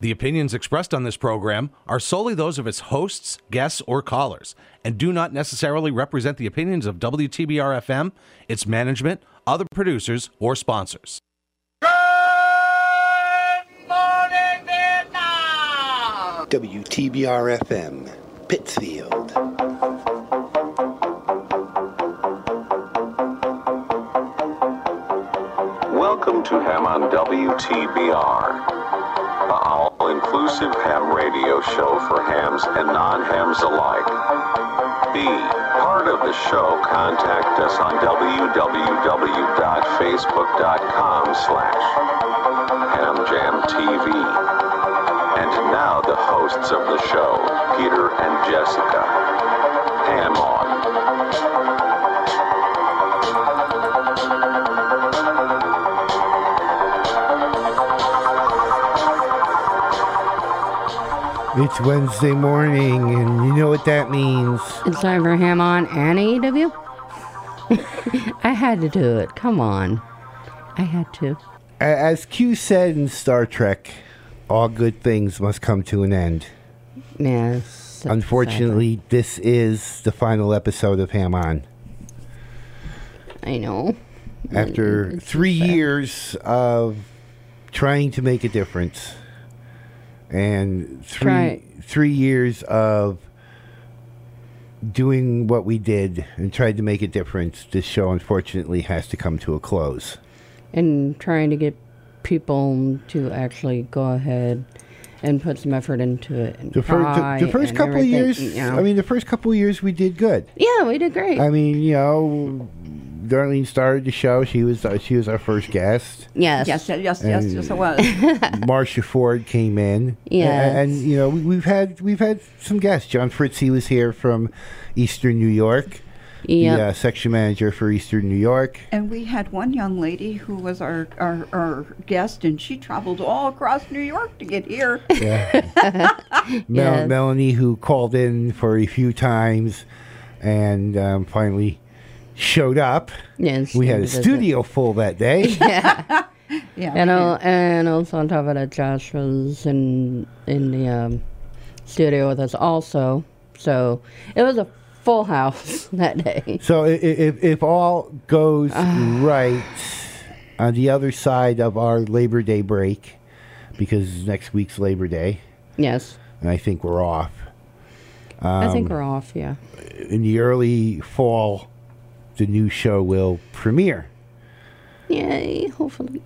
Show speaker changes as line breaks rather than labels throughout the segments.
The opinions expressed on this program are solely those of its hosts, guests, or callers, and do not necessarily represent the opinions of WTBR FM, its management, other producers, or sponsors.
Good morning, Vietnam!
WTBR FM, Pittsfield.
Welcome to Ham on WTBR, the all inclusive ham radio show for hams and non hams alike. Be part of the show, contact us on www.facebook.com slash hamjamtv. And now the hosts of the show, Peter and Jessica. Ham on.
It's Wednesday morning, and you know what that means.
It's over him on and AEW. I had to do it. Come on. I had to.
A- As Q said in Star Trek, all good things must come to an end.
Yes.
Unfortunately, this is the final episode of Ham On.
I know.
After three years of trying to make a difference, and three
Try-
three years of doing what we did and tried to make a difference, this show unfortunately has to come to a close.
And trying to get people to actually go ahead and put some effort into it. And
The, fir-
try
the, the first
and
couple of
everything,
years,
you know.
I mean, the first couple of years we did good.
yeah, we did great.
I mean, you know, Darlene started the show. She was uh, she was our first guest.
yes.
Yes, yes, yes, yes,
And-
yes, it was.
Marcia Ford came in.
Yes.
A- and, you know we, we've had we've had some guests. John Fritzy was here from Eastern New York.
Yep.
The uh, section manager for Eastern New York.
and we had one young lady who was our, our, our guest, and she traveled all across New York to get here.
Mel-
Yes.
Melanie, who called in for a few times, and um, finally showed up.
Yes,
We had a
and visit.
studio full that day.
Yeah,
uh,
And, al- and also on top of that, Josh was in in the um, studio with us also. So it was a full house that day.
So i- i- if, if all goes
Ah.
right on the other side of our Labor Day break, because next week's Labor Day,
Yes.
and I think we're off
I think
Um,
we're off, yeah.
in the early fall, the new show will premiere.
Yay, hopefully.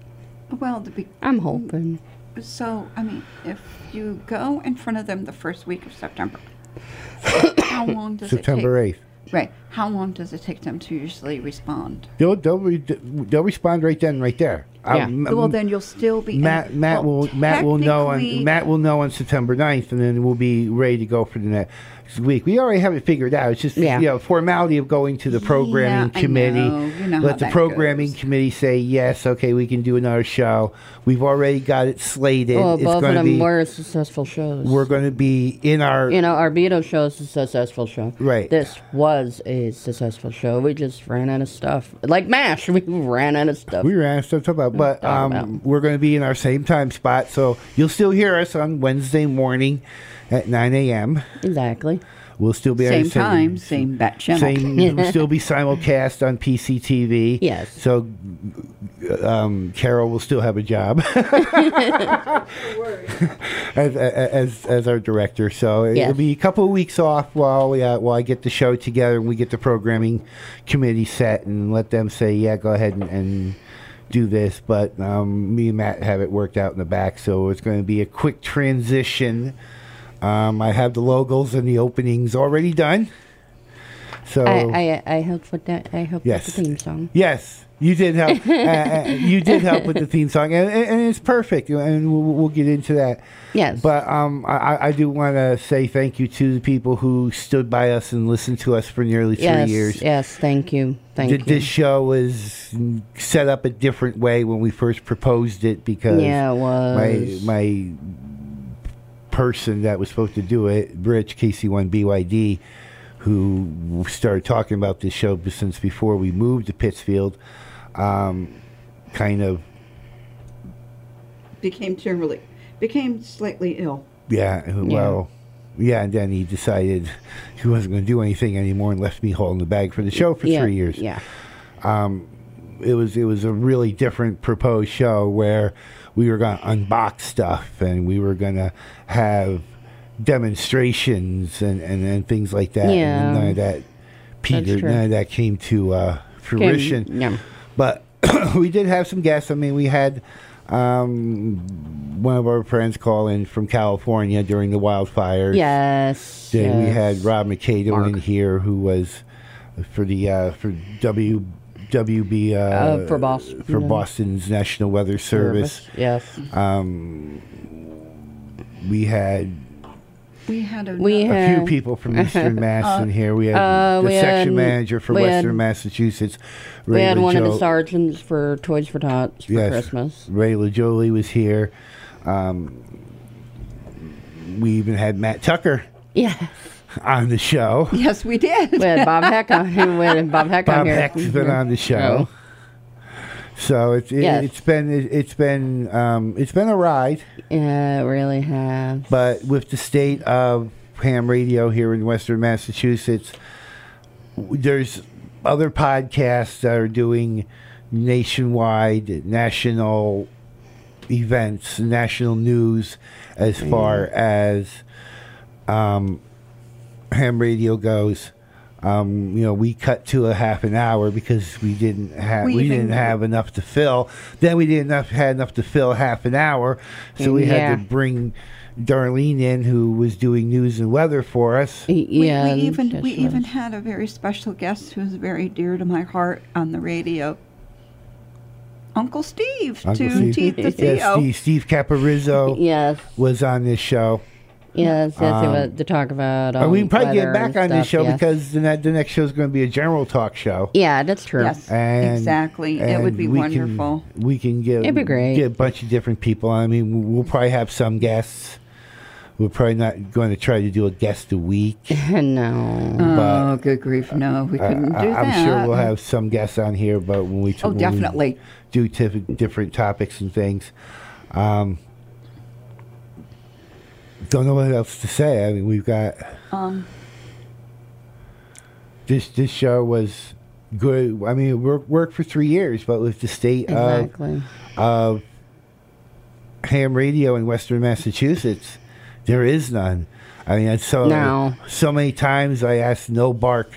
well, the be-
I'm hoping.
so, I mean, if you go in front of them the first week of September, how long does
September
it
8th.
take? Right. How long does it take them to usually respond?
They'll, they'll, re- they'll respond right then, right there. Um,
Yeah.
well, then you'll still be.
Matt, Matt
well,
will Matt will know on
technically-
Matt will know on September 9th, and then we'll be ready to go for the next week. We already have it figured out. It's just
Yeah.
you know formality of going to the programming
Yeah, I
committee.
know. You know how
let the
that
programming
goes.
committee say yes, okay, we can do another show. We've already got it slated.
well,
it's
both of
going to
them
be
were successful shows.
we're going to be in our
you know, our Beatles show is a successful show.
Right.
This was a successful show. We just ran out of stuff. Like MASH, we ran out of stuff.
we were asked to talk
Mm,
about, but um,
Talk about.
we're going to be in our same time spot, so you'll still hear us on Wednesday morning at 9 a.m.
exactly.
We'll still be on
Same
the
time, same bat channel.
Same, it'll still be simulcast on PCTV.
Yes.
So um, Carol will still have a job as, as as our director. So
Yes.
it'll be a couple of weeks off while we uh, while I get the show together and we get the programming committee set and let them say, yeah, go ahead and. and do this, but um, me and Matt have it worked out in the back, so it's going to be a quick transition. Um, I have the logos and the openings already done. So
I, I I helped with that. I helped
Yes.
with the theme song.
Yes, you did help. uh, uh, you did help with the theme song, and, and, and it's perfect. And we'll, we'll get into that.
Yes.
But um, I, I- I do want to say thank you to the people who stood by us and listened to us for nearly three
yes,
years.
Yes, thank you. Thank
Th-
you.
This show was set up a different way when we first proposed it because
Yeah, it was.
my my person that was supposed to do it, Rich KC1BYD, who started talking about this show since before we moved to Pittsfield, um, kind of
became too rela- became slightly ill.
Yeah, well, yeah, and then he decided he wasn't going to do anything anymore and left me holding the bag for the show for
yeah,
three years.
Yeah.
It was it was a really different proposed show where we were going to unbox stuff and we were going to have demonstrations and, and, and things like that.
Yeah.
And none of that, Peter,
true.
none of that came to uh, fruition.
yeah.
But we did have some guests. I mean, we had um, one of our friends call in from California during the wildfires.
Yes.
Yeah, we
yes.
had Rob McCado in here, who was for the uh, for W WB uh,
Uh, for Boston.
for Boston's National Weather Service.
Yes.
We had
We had a
We
a
had-
few people from Eastern Mass in here. We had
uh,
the
we
section
had-
manager for
we had-
Western Massachusetts.
we
Ray
had one of
Lejo-
the sergeants for Toys for Tots for
Yes.
Christmas.
Ray LaJolie was here. Um, we even had Matt Tucker
Yeah.
on the show.
yes, we did.
We had Bob Heck on him. We had Bob Heck on
Bob
here.
Heck's been on the show. So it's it,
Yes.
it's been it, it's been um, it's been a ride,
Yeah, it really has.
but with the state of ham radio here in Western Massachusetts, w- there's other podcasts that are doing nationwide, national events, national news as far as um, ham radio goes. Um, you know, we cut to a half an hour because we didn't have we,
We even-
didn't have enough to fill. Then we didn't enough, had enough to fill half an hour, so we had
Yeah.
to bring Darlene in, who was doing news and weather for us.
Y-
We,
yeah,
we even
yes,
we
it
even
was.
had a very special guest who's very dear to my heart on the radio. Uncle Steve
Uncle
to oh.
Steve.
Teeth the E
Yes,
CEO.
Steve, Steve Caparizzo
yes,
was on this show.
yes, yes. it was to talk about.
And
Oh,
um,
we can probably
weather
get back
and
on this show
stuff, yes.
because the, ne- the next show is going to be a general talk show.
Yeah, that's true.
Yes,
And-
exactly. It would
and
be
we
wonderful.
Can, we can get
It'd be great.
Get a bunch of different people. I mean, we'll probably have some guests. We're probably not going to try to do a guest a week,
no.
but
oh, good grief! No, we couldn't
I,
do that.
am sure we'll have some guests on here. But when we t-
Oh,
when we
definitely.
do tif- different topics and things, um, don't know what else to say. I mean, we've got
Um,
this this show was good. I mean, it worked, worked for three years, but with the state
exactly.
of, of ham radio in Western Massachusetts, there is none. I mean, it's so
No.
so many times I asked No Bark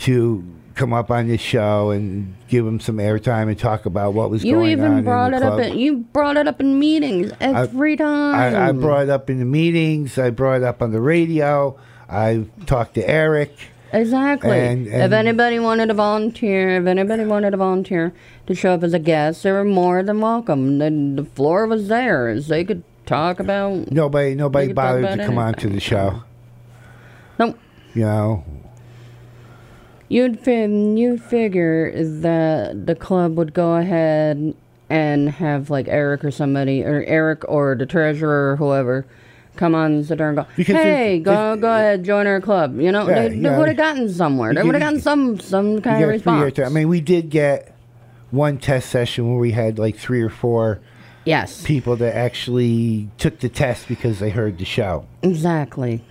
to come up on this show and give him some airtime and talk about what was
you
going on.
even
in
brought
the
it up.
club.
In, you brought it up in meetings every time.
I, I brought it up in the meetings. I brought it up on the radio. I talked to Eric.
Exactly.
And-
if
and-
anybody wanted to volunteer, if anybody wanted to volunteer to show up as a guest, they were more than welcome. The, the floor was theirs. They could talk about.
Nobody nobody
could talk
bothered
about
to come on to
anything.
the show.
No,
You know,
you'd fi- you'd figure that the club would go ahead and have like Eric or somebody or Eric or the treasurer or whoever come on and sit there and go,
Because
hey,
if-
go
if-
go ahead, join our club. You know,
Yeah,
they,
you
they
know,
would have gotten somewhere. They
you
would have
get-
gotten some some
you
kind of
got a three-year
response.
term. I mean, we did get one test session where we had like three or four
yes,
people that actually took the test because they heard the show.
exactly.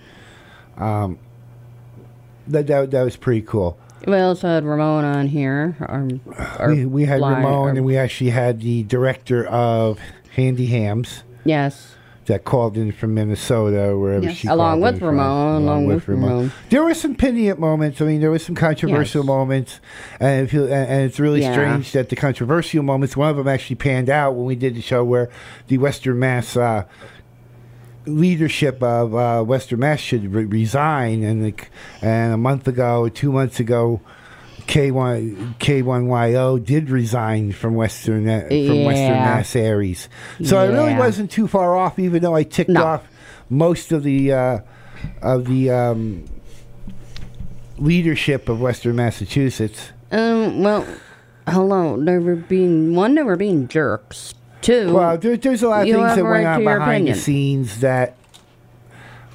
That that, that was pretty cool.
We also had Ramon on here. Our, our
We, we had
fly-
Ramon
our-
and we actually had the director of Handy Hams
yes,
that called in from Minnesota or wherever
Yes.
she
Along
called
with
in from.
Ramon, along with Ramon.
There were some penitent moments. I mean, there were some controversial
Yes.
moments, and if you, and, and it's really
Yeah.
strange that the controversial moments. One of them actually panned out when we did the show where the Western Mass. Uh, Leadership of uh, Western Mass should re- resign, and the, c- and a month ago, two months ago, K1 K1YO did resign from Western uh, from Western
Yeah.
Mass Aries. So I really
Yeah.
wasn't too far off, even though I ticked
No.
off most of the uh, of the um, leadership of Western Massachusetts.
Um, well, hello. They were being one. They were being jerks. Two.
Well, there, there's a lot of
You
things
have
that
a
went
right
on
to your
behind
opinion.
the scenes that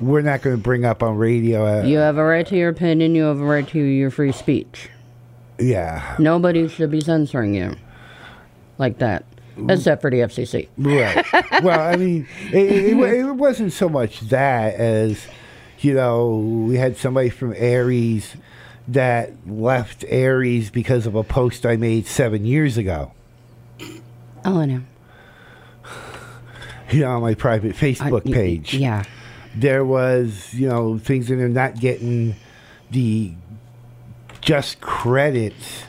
we're not going to bring up on radio. Uh,
you have a right to your opinion. You have a right to your free speech.
yeah,
Nobody should be censoring you like that. except for the FCC.
Right. well, I mean, it, it, wa- it wasn't so much that as, you know, we had somebody from Aries that left Aries because of a post I made seven years ago,
Oh, I know.
you know, on my private
I-
Facebook
Uh, y- y-
page.
Yeah.
There was, you know, things that are not getting the just credits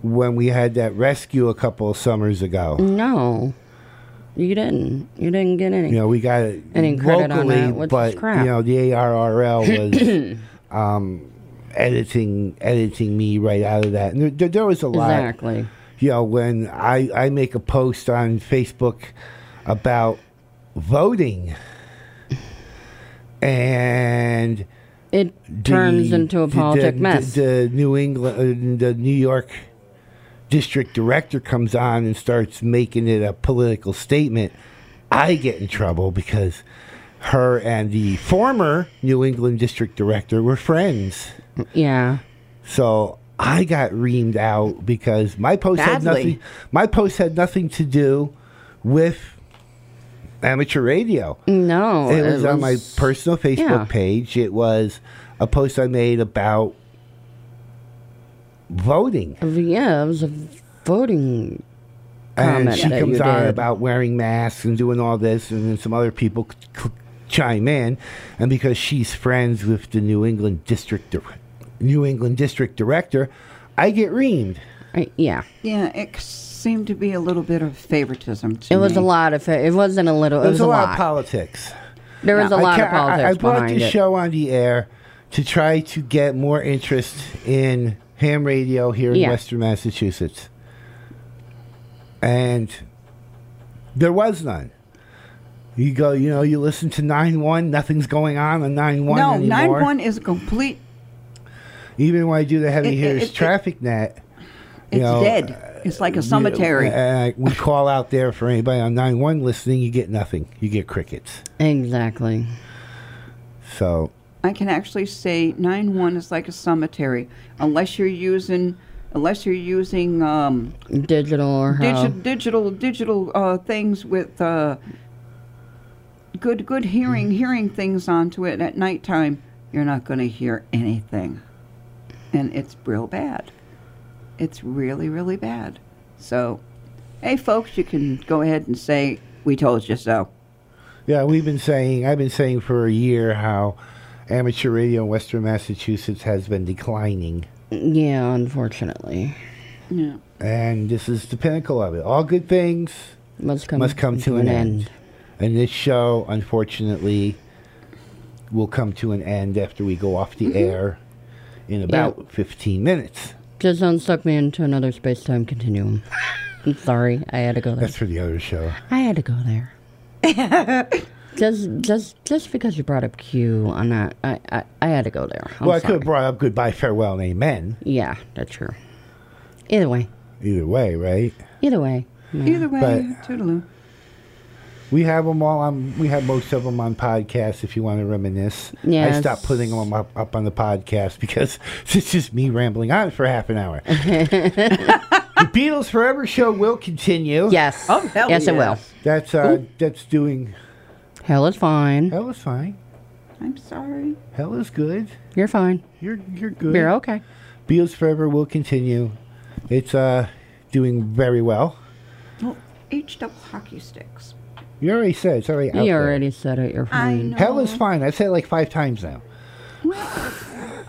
when we had that rescue a couple of summers ago.
Mm. No, you didn't. You didn't get any.
you know, we got it
And in credit on
locally,
that, which is
but
crap.
you know, the ARRL was um, editing editing me right out of that. And there, there was a lot,
exactly.
you know, when I I make a post on Facebook about voting, and
It
the-
turns into a
the-
politic
the,
mess.
The, New England, uh, the New York district director comes on and starts making it a political statement. I get in trouble because her and the former New England district director were friends.
yeah.
So I got reamed out because my post had
Badly.
nothing. My post had nothing to do with amateur radio
No.
it was on my personal Facebook
yeah.
page. It was a post I made about voting,
Yeah, it was a voting comment
and she
that
comes
you
on
did.
about wearing masks and doing all this, and then some other people c- c- chime in, and because she's friends with the New England district dir- New England district director, I get reamed.
I- yeah.
Yeah, it seemed to be a little bit of favoritism to
It was a
me.
lot of it. It wasn't a little. It,
There's
was
Mm-hmm. a lot, of politics.
there was a
I
lot
ca-
of
I-
politics
I, I brought
behind
this
it.
show on the air to try to get more interest in ham radio here in
Yeah.
Western Massachusetts, and there was none. You go, you know, you listen to nine one. Nothing's going on on nine one
No,
anymore.
nine one is a complete.
Even when I do the heavy
It- it-
hitters
it- it-
traffic net,
It's
you know,
dead. It's like a cemetery.
you- uh, we call out there for anybody on nine one listening. You get nothing. You get crickets.
Exactly.
So
I can actually say nine one is like a cemetery, unless you're using, unless you're using um,
Digital or how?
digi- digital digital uh, things with uh, good good hearing
Mm-hmm.
hearing things onto it at nighttime. You're not going to hear anything, and it's real bad. It's really really bad. So, hey folks, you can go ahead and say we told you so.
Yeah, we've been saying, I've been saying for a year how amateur radio in Western Massachusetts has been declining.
yeah, unfortunately.
Yeah.
And this is the pinnacle of it. All good things
Must come,
must come to an,
Mm-hmm.
end. And this show, unfortunately, will come to an end after we go off the
Mm-hmm.
air in about 15 minutes.
Just unstuck me into another space time continuum. I'm sorry, I had to go there.
That's for the other show.
I had to go there. just, just, just because you brought up Q on that, I, I, I had to go there. I'm
well, I could
sorry.
have brought up goodbye, farewell, and amen.
Yeah, that's true. Either way,
Either way, right?
either way.
Either way,
But-
toodaloo.
We have them all on. We have most of them on podcasts. If you want to reminisce, I
Yes.
stopped putting them up, up on the podcast because it's just me rambling on for half an hour. the Beatles Forever show will continue.
Yes.
Oh, hell
yes, it
yeah.
will.
that's uh, that's doing.
Hell is fine.
Hell is fine.
I'm sorry.
Hell is good.
You're fine.
You're you're good.
You're okay.
Beatles Forever will continue. It's uh doing very well.
Oh, H double hockey sticks.
You already said it's already. Out
You
there.
already said it. You're
I
fine.
know.
Hell is fine. I've said it like five times now.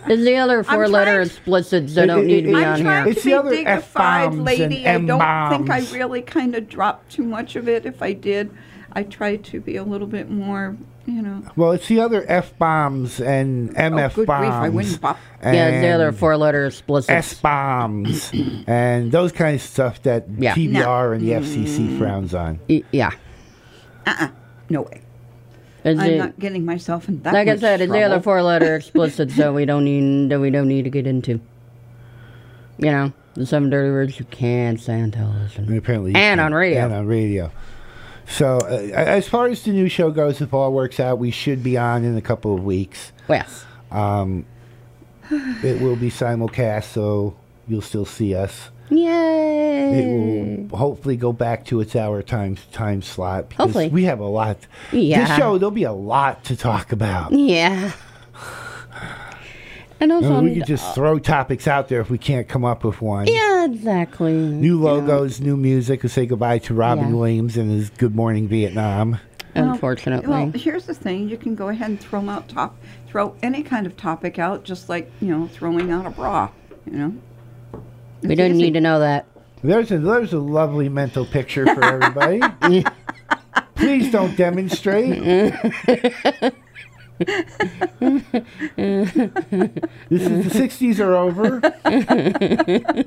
Is the other four letter
trying-
explicit? So
It-
don't
it-
need to
it-
be
I'm
on
trying
here.
It's
to
the
be
other
dignified,
F-bombs
lady. I
and
don't think I
M-bombs.
really kind of dropped too much of it. If I did, I tried to be a little bit more, you know.
Well, it's the other f bombs and mf
Oh, good grief,
bombs.
I wouldn't bop.
eh,
Yeah, it's the other
and
four letter explicit.
S bombs and those kind of stuff that
Yeah.
TBR and the FCC
Mm-hmm.
frowns on.
Y- yeah.
No way.
Is
I'm
it-
not getting myself in that
like I
much
said, it's the other
trouble.
four letter explicit so we don't need that we don't need to get into. You know, there's some dirty words you can't say on
And
television.
apparently, you
And
can't-
on radio.
And on radio. So, uh, as far as the new show goes, if all works out, we should be on in a couple of weeks.
Yes.
It will be simulcast, so you'll still see us.
Yay!
it
Mm.
will hopefully go back to its hour time time slot. Because
Hopefully.
we have a lot.
Yeah.
This show there'll be a lot to talk about.
Yeah. And
I
also,
mean, we
I'm-
could just throw topics out there if we can't come up with one.
yeah, exactly.
New logos, new music. We say goodbye to Robin
Yeah.
Williams and his Good Morning Vietnam.
Unfortunately,
Well, here's the thing: you can go ahead and throw 'em out top, throw any kind of topic out, just like you know throwing out a bra. You know,
we don't need to know that.
There's a there's a lovely mental picture for everybody. Please don't demonstrate. this is the 60s are over.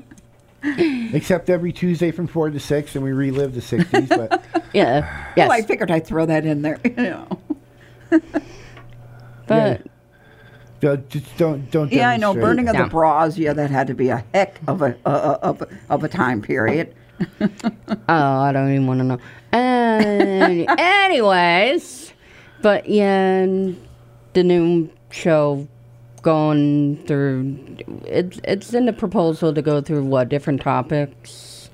Except every Tuesday from 4 to 6 and we relive the 60s, but
Yeah.
Oh, I
Yes.
figured I'd throw that in there. You know.
but
don't just don't don't
Yeah, I know.
demonstrate.
Burning of the
No.
bras. Yeah, that had to be a heck of a uh, of a, of a time period.
oh, I don't even want to know. Any- anyways, but yeah, and the new show going through. It's it's in the proposal to go through what different topics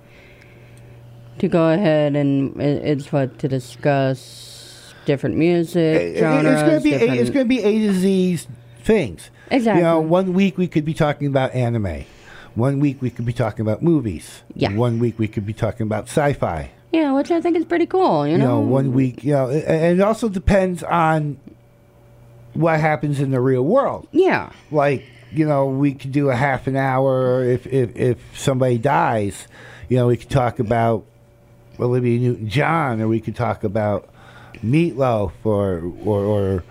to go ahead and it, it's what to discuss different music
It- it-
genres.
it's gonna be
different,
it's gonna be A to Z things. You know,
Exactly.
one week we could be talking about anime. One week we could be talking about movies.
Yeah.
One week we could be talking about sci-fi.
yeah, which I think is pretty cool. You
You know,
know,
one week, you know, a- and it also depends on what happens in the real world.
yeah.
Like, you know, we could do a half an hour if if, if somebody dies, you know, we could talk about Olivia Newton-John, or we could talk about Meatloaf, or or, or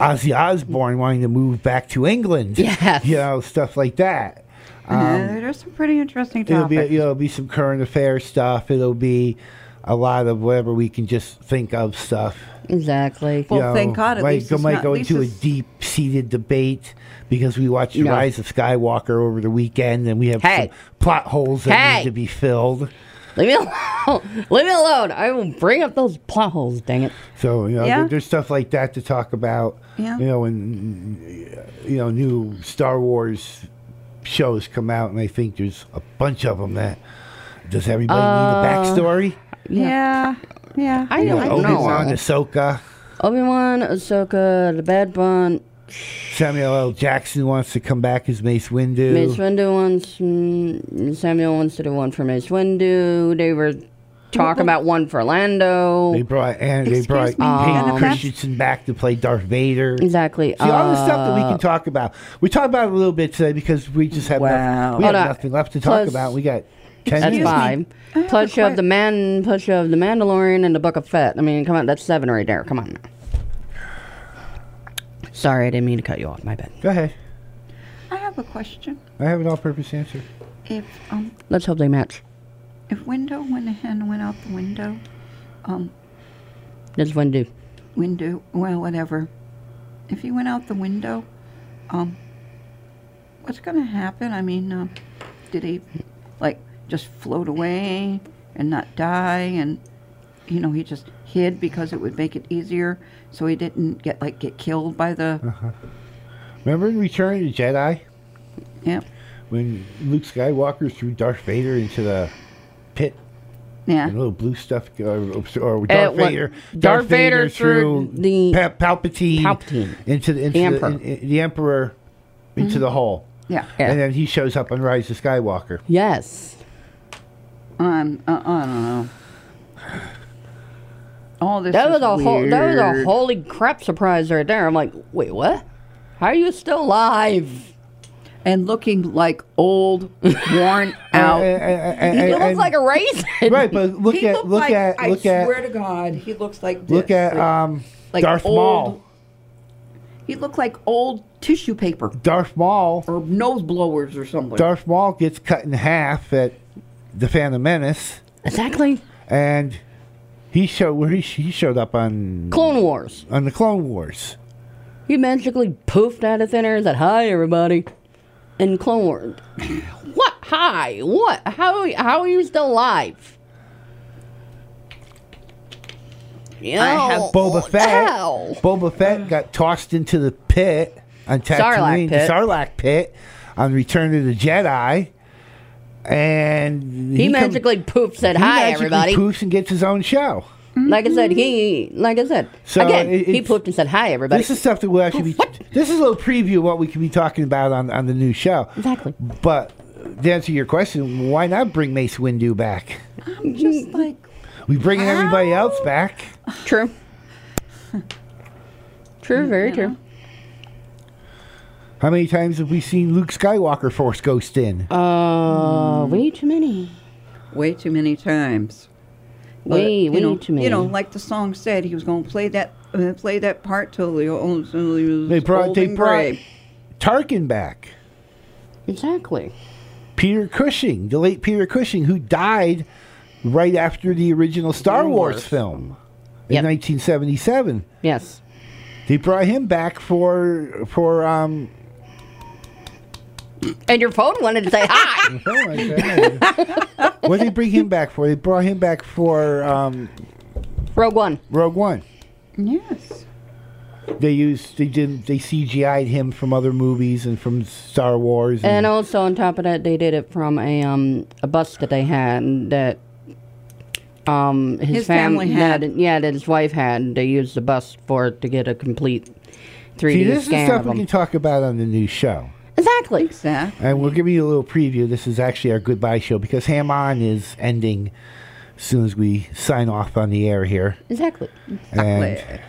Ozzy Osbourne wanting to move back to England.
Yes.
You know, stuff like that.
yeah, there's some pretty interesting
It'll be
topics.
you know, it'll be some current affairs stuff. It'll be a lot of whatever we can just think of stuff.
Exactly.
Well,
you know,
thank God, at
might,
least
go,
it's
might
not-
go
at least
into a
it's-
deep seated debate because we watched the
No.
Rise of Skywalker over the weekend, and we have
Hey.
some plot holes that
Hey.
need to be filled.
Leave me alone. Leave me alone. I will bring up those plot holes. Dang it.
So you know,
Yeah.
there- there's stuff like that to talk about.
Yeah.
You know, and you know, new Star Wars shows come out, and I think there's a bunch of them that. Does everybody need a backstory?
yeah, yeah.
Uh, I don't
Obi
know.
Wan, Ahsoka,
Obi Wan, Ahsoka, the Bad Bunch,
Samuel L. Jackson wants to come back as Mace Windu.
Mace Windu wants mm, Samuel wants to do one for Mace Windu. They were talking about one for Lando.
They brought and they
Excuse
brought
me,
Hayden
Um,
Christensen back to play Darth Vader.
exactly.
See, all the stuff that we
Uh,
can talk about. We talked about it a little bit today because we just have
Wow.
nothing, we
Hold
have
on.
nothing left to talk
Plus-
about. We got ten
That's
minutes.
five.
have a
Plus you have the
que-
man. Plus you have the Mandalorian and the Book of Fett. I mean, come on, that's seven right there. Come on. now. Sorry, I didn't mean to cut you off. My bad.
Go ahead.
I have a question.
I have an all-purpose answer.
If um,
Let's hope they match.
if window when the hen went out the window,
That's Windu.
window well whatever if he went out the window um what's gonna happen i mean um, did he like just float away and not die and you know he just hid because it would make it easier so he didn't get like get killed by the
Uh-huh.
Remember in Return of the Jedi
yeah
when Luke Skywalker threw Darth Vader into the pit
yeah
and little blue stuff, uh, or Darth
Uh, what-
Vader.
Darth Vader threw the-
Pa- Palpatine,
Palpatine.
into the into
The
the
Emperor. Mm-hmm.
in- in- the Emperor into the hole.
yeah
Yeah.
And then he shows up on Rise of Skywalker.
Yes.
um, uh, i don't know all this
That
is
was a whole,
weird.
that was a holy crap surprise right there. I'm like, wait, what? How are you still alive?
and looking like old worn out
And- and- and-
He
and-
looks
uh, and-
like a raisin.
right, but look
he
at
looked
look
like,
at
I
look
swear
at
to God, he looks like this.
look at
uh,
like,
um
like
Darth
old-
Maul.
He looked like old tissue paper
Darth Maul.
or nose blowers or something.
Darth Maul gets cut in half at the Phantom Menace,
Exactly.
and he showed where he, he showed up on
Clone Wars.
on the Clone Wars.
He magically poofed out of thin air and said, "Hi, everybody." In Clone Wars, what? Hi, what? How? How are you still alive? You know,
I have
oh,
Boba Fett.
ow.
Boba Fett got tossed into the pit on
Sarlacc
Tatooine, the
pit.
Sarlacc pit, on Return of the Jedi. and
He,
come-
magically poofs said
he
hi,
magically
everybody.
poofs and gets his own show.
Like I said, he like I said
So
again.
it-
he
it's-
poofed and said hi, everybody.
This is stuff that we'll actually be. This is a little preview of what we could be talking about on, on the new show.
Exactly.
But to answer your question, why not bring Mace Windu back?
I'm just like,
We bringing everybody else back.
True. True. Very true.
How many times have we seen Luke Skywalker Force Ghost in?
Uh, way too many.
way too many times. But,
Way,
you
way
know,
too many.
You know, like the song said, he was going to play that uh, play that part till he, was- till he was
they brought
old
they
and
brought
gray.
Tarkin back.
exactly.
Peter Cushing, the late Peter Cushing, who died right after the original Star Wars,
Wars.
film in
Yep.
1977.
Yes.
They brought him back for for um.
And your phone wanted to say hi.
Oh my god! what did they bring him back for? They brought him back for um,
Rogue One.
Rogue One.
Yes.
They used they did they CGI'd him from other movies and from Star Wars.
And also on top of that, they did it from a um a bus that they had and that um his,
His
fam-
family had.
that- yeah that his wife had. They used the bus for it to get a complete three
See,
D
this is
scan
stuff
of
we
him.
can talk about on the new show.
exactly.
Exactly.
And we're giving you a little preview. This is actually our goodbye show because Ham On is ending as soon as we sign off on the air here.
Exactly.
And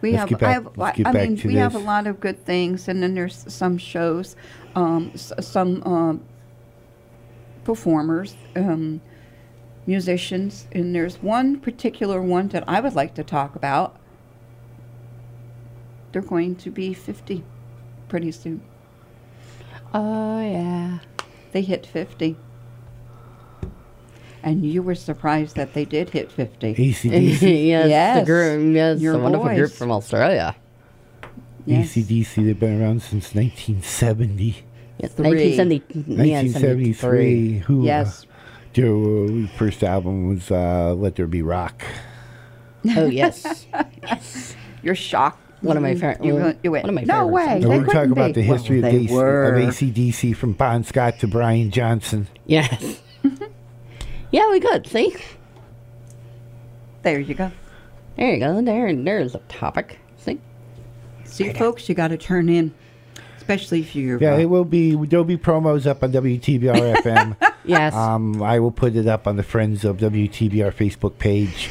We
Let's
have,
get back-
I have,
let's get
I
back
mean,
to
we have a
this.
lot of good things, and then there's some shows, um, s- some um, performers, um, musicians, and there's one particular one that I would like to talk about. They're going to be 50 pretty soon.
Oh yeah.
They hit 50. And you were surprised that they did hit 50.
ACDC,
yes, The
Yes,
group. Yes.
your
The wonderful group
voice.
from Australia.
Yes.
ACDC, they've been around since 1970.
Yes.
Three.
1970, yeah, 73.
1973. Who, uh,
Yes.
their uh, first album was uh, Let There Be Rock.
Oh yes.
You're shocked.
One of my fa-
Mm-hmm. You,
one-
you went,
one of my
no
favorites.
way.
And
they
we're going to talk
couldn't
about
be."
the history
Well,
of,
they
AC, of
were.
ACDC from Bon Scott to Brian Johnson.
yes. yeah, we could see.
There you go.
There you go. There, there's a topic. See.
See, folks, you got to turn in, especially if you're.
Yeah, it will be, there'll be promos up on WTBR FM.
Yes.
Um, I will put it up on the Friends of WTBR Facebook page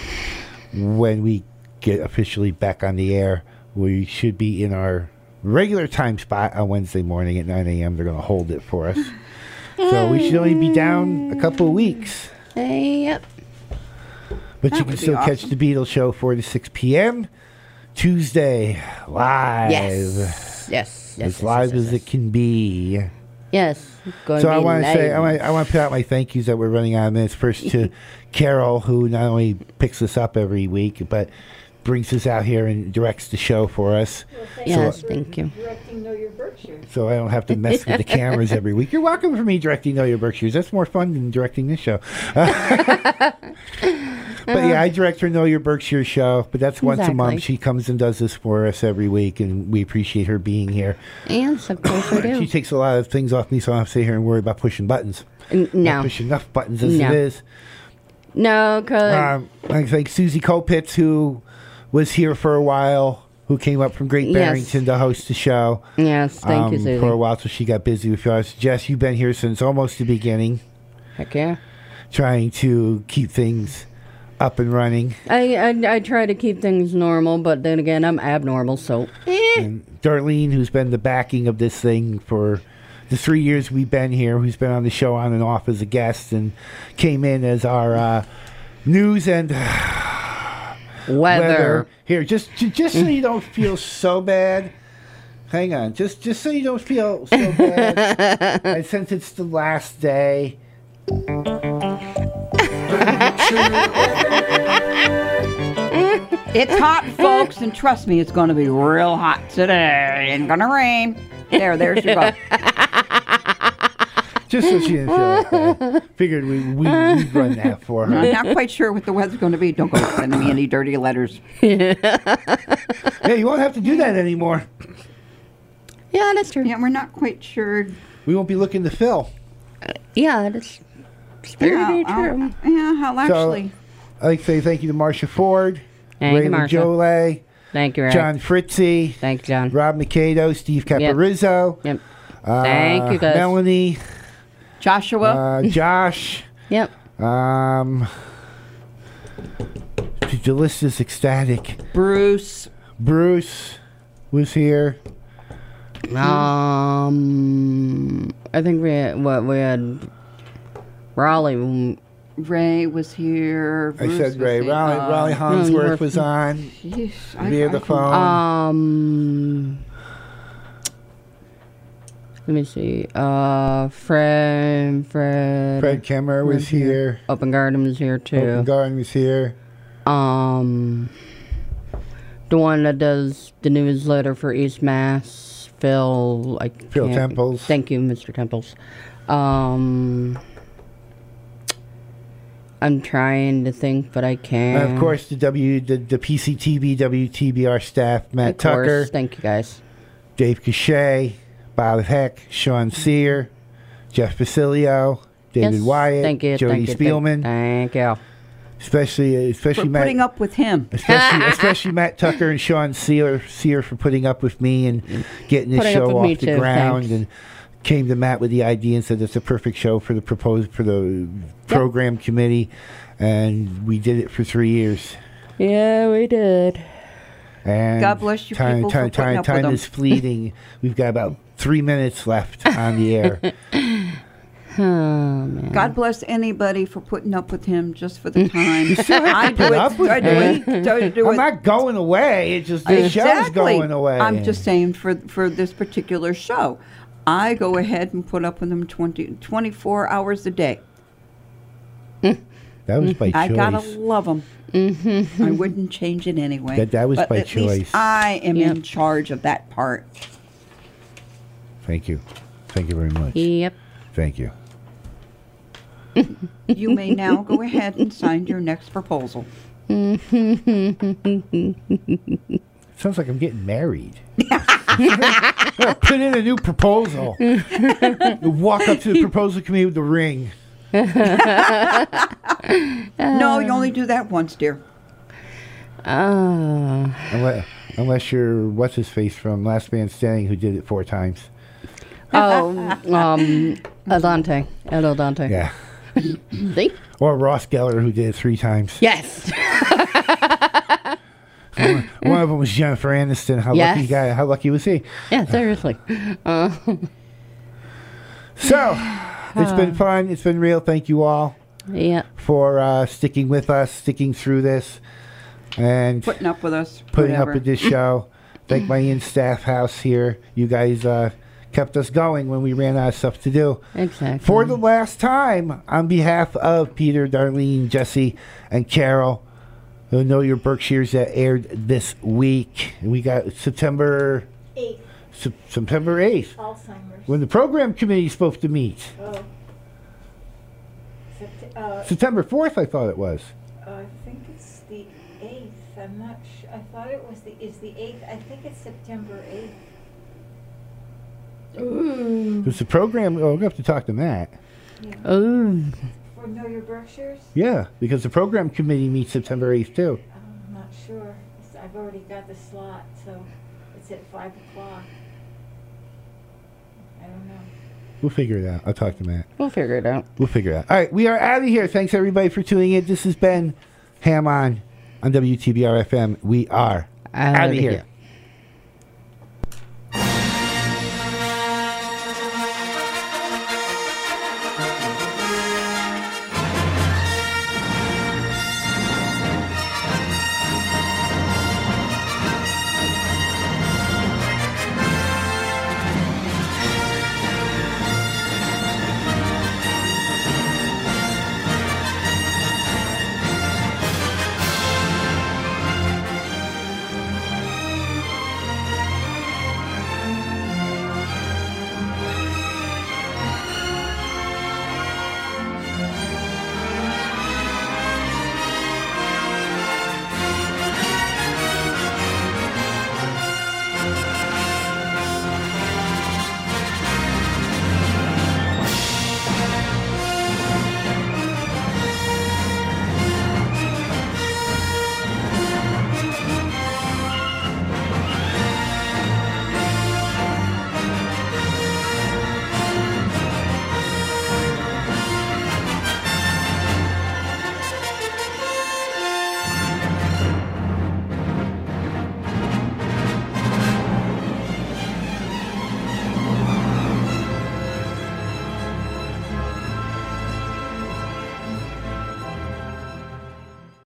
when we get officially back on the air. We should be in our regular time spot on Wednesday morning at 9 a.m. They're going to hold it for us. so we should only be down a couple of weeks.
yep.
But you
That
can
would be
still catch the Beatles show 4 to 6 p.m. Tuesday live.
Yes. Yes.
As
Yes. yes,
live
yes,
as
yes.
it can be.
Yes. Going
So
to
I
be
want to say I
live.
want I want to put out my thank yous that we're running out of minutes. First to Carol, who not only picks us up every week, but brings us out here and directs the show for us.
Yes. thank you.
directing Know Your Berkshire.
So I don't have to mess with the cameras every week. You're welcome for me directing Know Your Berkshires. That's more fun than directing this show. but yeah, I direct her Know Your Berkshire show, but that's once a
Exactly.
month. She comes and does this for us every week, and we appreciate her being here.
Yes, of course I
She
do.
takes a lot of things off me, so I don't have to sit here and worry about pushing buttons.
N-
I
No.
push enough buttons as
No.
it is.
No, because
um, like, like Susie Kopitz, who was here for a while, who came up from Great
Yes.
Barrington to host the show.
yes, thank
um,
you, Susie.
For a while, so she got busy with us. Jess, you've been here since almost the beginning,
Heck yeah.
trying to keep things up and running.
I, I I try to keep things normal, but then again, I'm abnormal, so eh.
And Darlene, who's been the backing of this thing for the three years we've been here, who's been on the show on and off as a guest, and came in as our uh, news and
weather.
weather. Here, just ju- just so you don't feel so bad. Hang on, just just so you don't feel so bad. and since it's the last day.
It's hot, folks, and trust me, it's going to be real hot today. Ain't going to rain. There, there's your boat.
Just so she didn't feel like that. Figured we, we, we'd run that for her.
I'm not quite sure what the weather's going to be. Don't go sending me any dirty letters.
Hey, you won't have to do that anymore.
Yeah, that's true.
Yeah, we're not quite sure.
We won't be looking to fill.
Yeah, that's um, it's very, very
I'll-
um,
true.
yeah, I'll actually.
I'd like to say thank you to Marcia Ford,
Thank you,
Raymond
Marcia.
Jolay,
Thank you, Eric.
John Fritzi,
Thank you, John.
Rob Mikado, Steve Caparizzo,
Yep.
Uh,
Thank you, guys.
Melanie,
Joshua.
uh, Josh.
Yep.
Um, the list is ecstatic.
Bruce.
Bruce was here.
Mm. Um, I think we had, what we had. Raleigh, mm,
Ray was here. Bruce
I said
was
Ray.
here.
Raleigh,
Uh,
Raleigh Honsworth
Hemsworth.
was on
yeesh, I-
via
I
the
can-
phone.
uh, um, let me see. Uh, Fred, Fred,
Fred Kemmer was here.
Open Garden was here too.
Open Garden was here.
Um, the one that does the newsletter for East Mass, Phil. I
Phil
can't-
Temples.
Thank you, Mr. Temples. Um, I'm trying to think, but I can't.
And of course, the W, the, the PCTV, WTBR staff, Matt
Of course.
Tucker,
Thank you guys.
Dave Cachet, Bob Heck, Sean Sear, Jeff Basilio, David
Yes,
Wyatt,
Thank you.
Jody
thank you,
Spielman,
Thank, thank you.
especially
For
especially Matt,
putting up with him.
especially, especially Matt Tucker and Sean Sear, Sear for putting up with me and getting this
Putting up
show
with me
off the
too,
ground
thanks.
and came to Matt with the idea and said it's a perfect show for the proposed for the program committee and we did it for three years.
Yeah, we did.
And
God bless you
time,
people for
time,
putting
time,
up with
time
them.
is fleeting. We've got about three minutes left on the air. Mm-hmm.
God bless anybody for putting up with him just for the time. I
Mm-hmm.
do
put
it.
up with Oh
I do
me.
it. I do
I'm
it.
not going away. It's just this show's
exactly.
going away.
I'm just saying for for this particular show, I go ahead and put up with him 20, 24 hours a day.
that was by
Mm-hmm. I
choice. Mm-hmm.
gotta love him. I wouldn't change it anyway.
That- that was
but
by
at
choice.
Least I am in
Yep.
charge of that part.
Thank you. Thank you very much.
Yep.
Thank you.
You may now go ahead and sign your next proposal.
Sounds like I'm getting married. Put in a new proposal. Walk up to the proposal committee with the ring.
no, you only do that once, dear.
Uh,
Unless, unless you're what's his face from Last Man Standing who did it four times.
oh, um, Adante. El Adante.
Yeah.
See?
Or Ross Geller who did it three times.
Yes.
One of them was Jennifer Aniston. How
Yes.
lucky guy! How lucky was he?
yeah, seriously.
So, it's been fun. It's been real. Thank you all
Yeah.
for uh, sticking with us, sticking through this, and
Putting up with us.
putting
whatever.
up with this show. Thank my in staff house here. You guys uh, kept us going when we ran out of stuff to do.
Exactly.
For the last time, on behalf of Peter, Darlene, Jesse, and Carol, who know your Berkshires that aired this week. We got September
Eight
Sep- September eighth
Alzheimer's.
when the program committee is supposed to meet.
Oh. Sept- uh,
September fourth, I thought it was.
I think it's the eighth. I'm not sure. I thought it was the is the eighth. I think it's September eighth.
It's the program. Oh, we have to talk to Matt.
Oh,
For Know Your Berkshires?
Yeah, because the program committee meets September eighth too.
I'm not sure. It's- I've already got the slot, so it's at five o'clock. I don't know.
We'll figure it out. I'll talk to Matt.
we'll figure it out.
We'll figure it out. All right, we are out of here. Thanks everybody for tuning in. This has been Ham on on WTBR FM. We are
Outta
out of here.
here.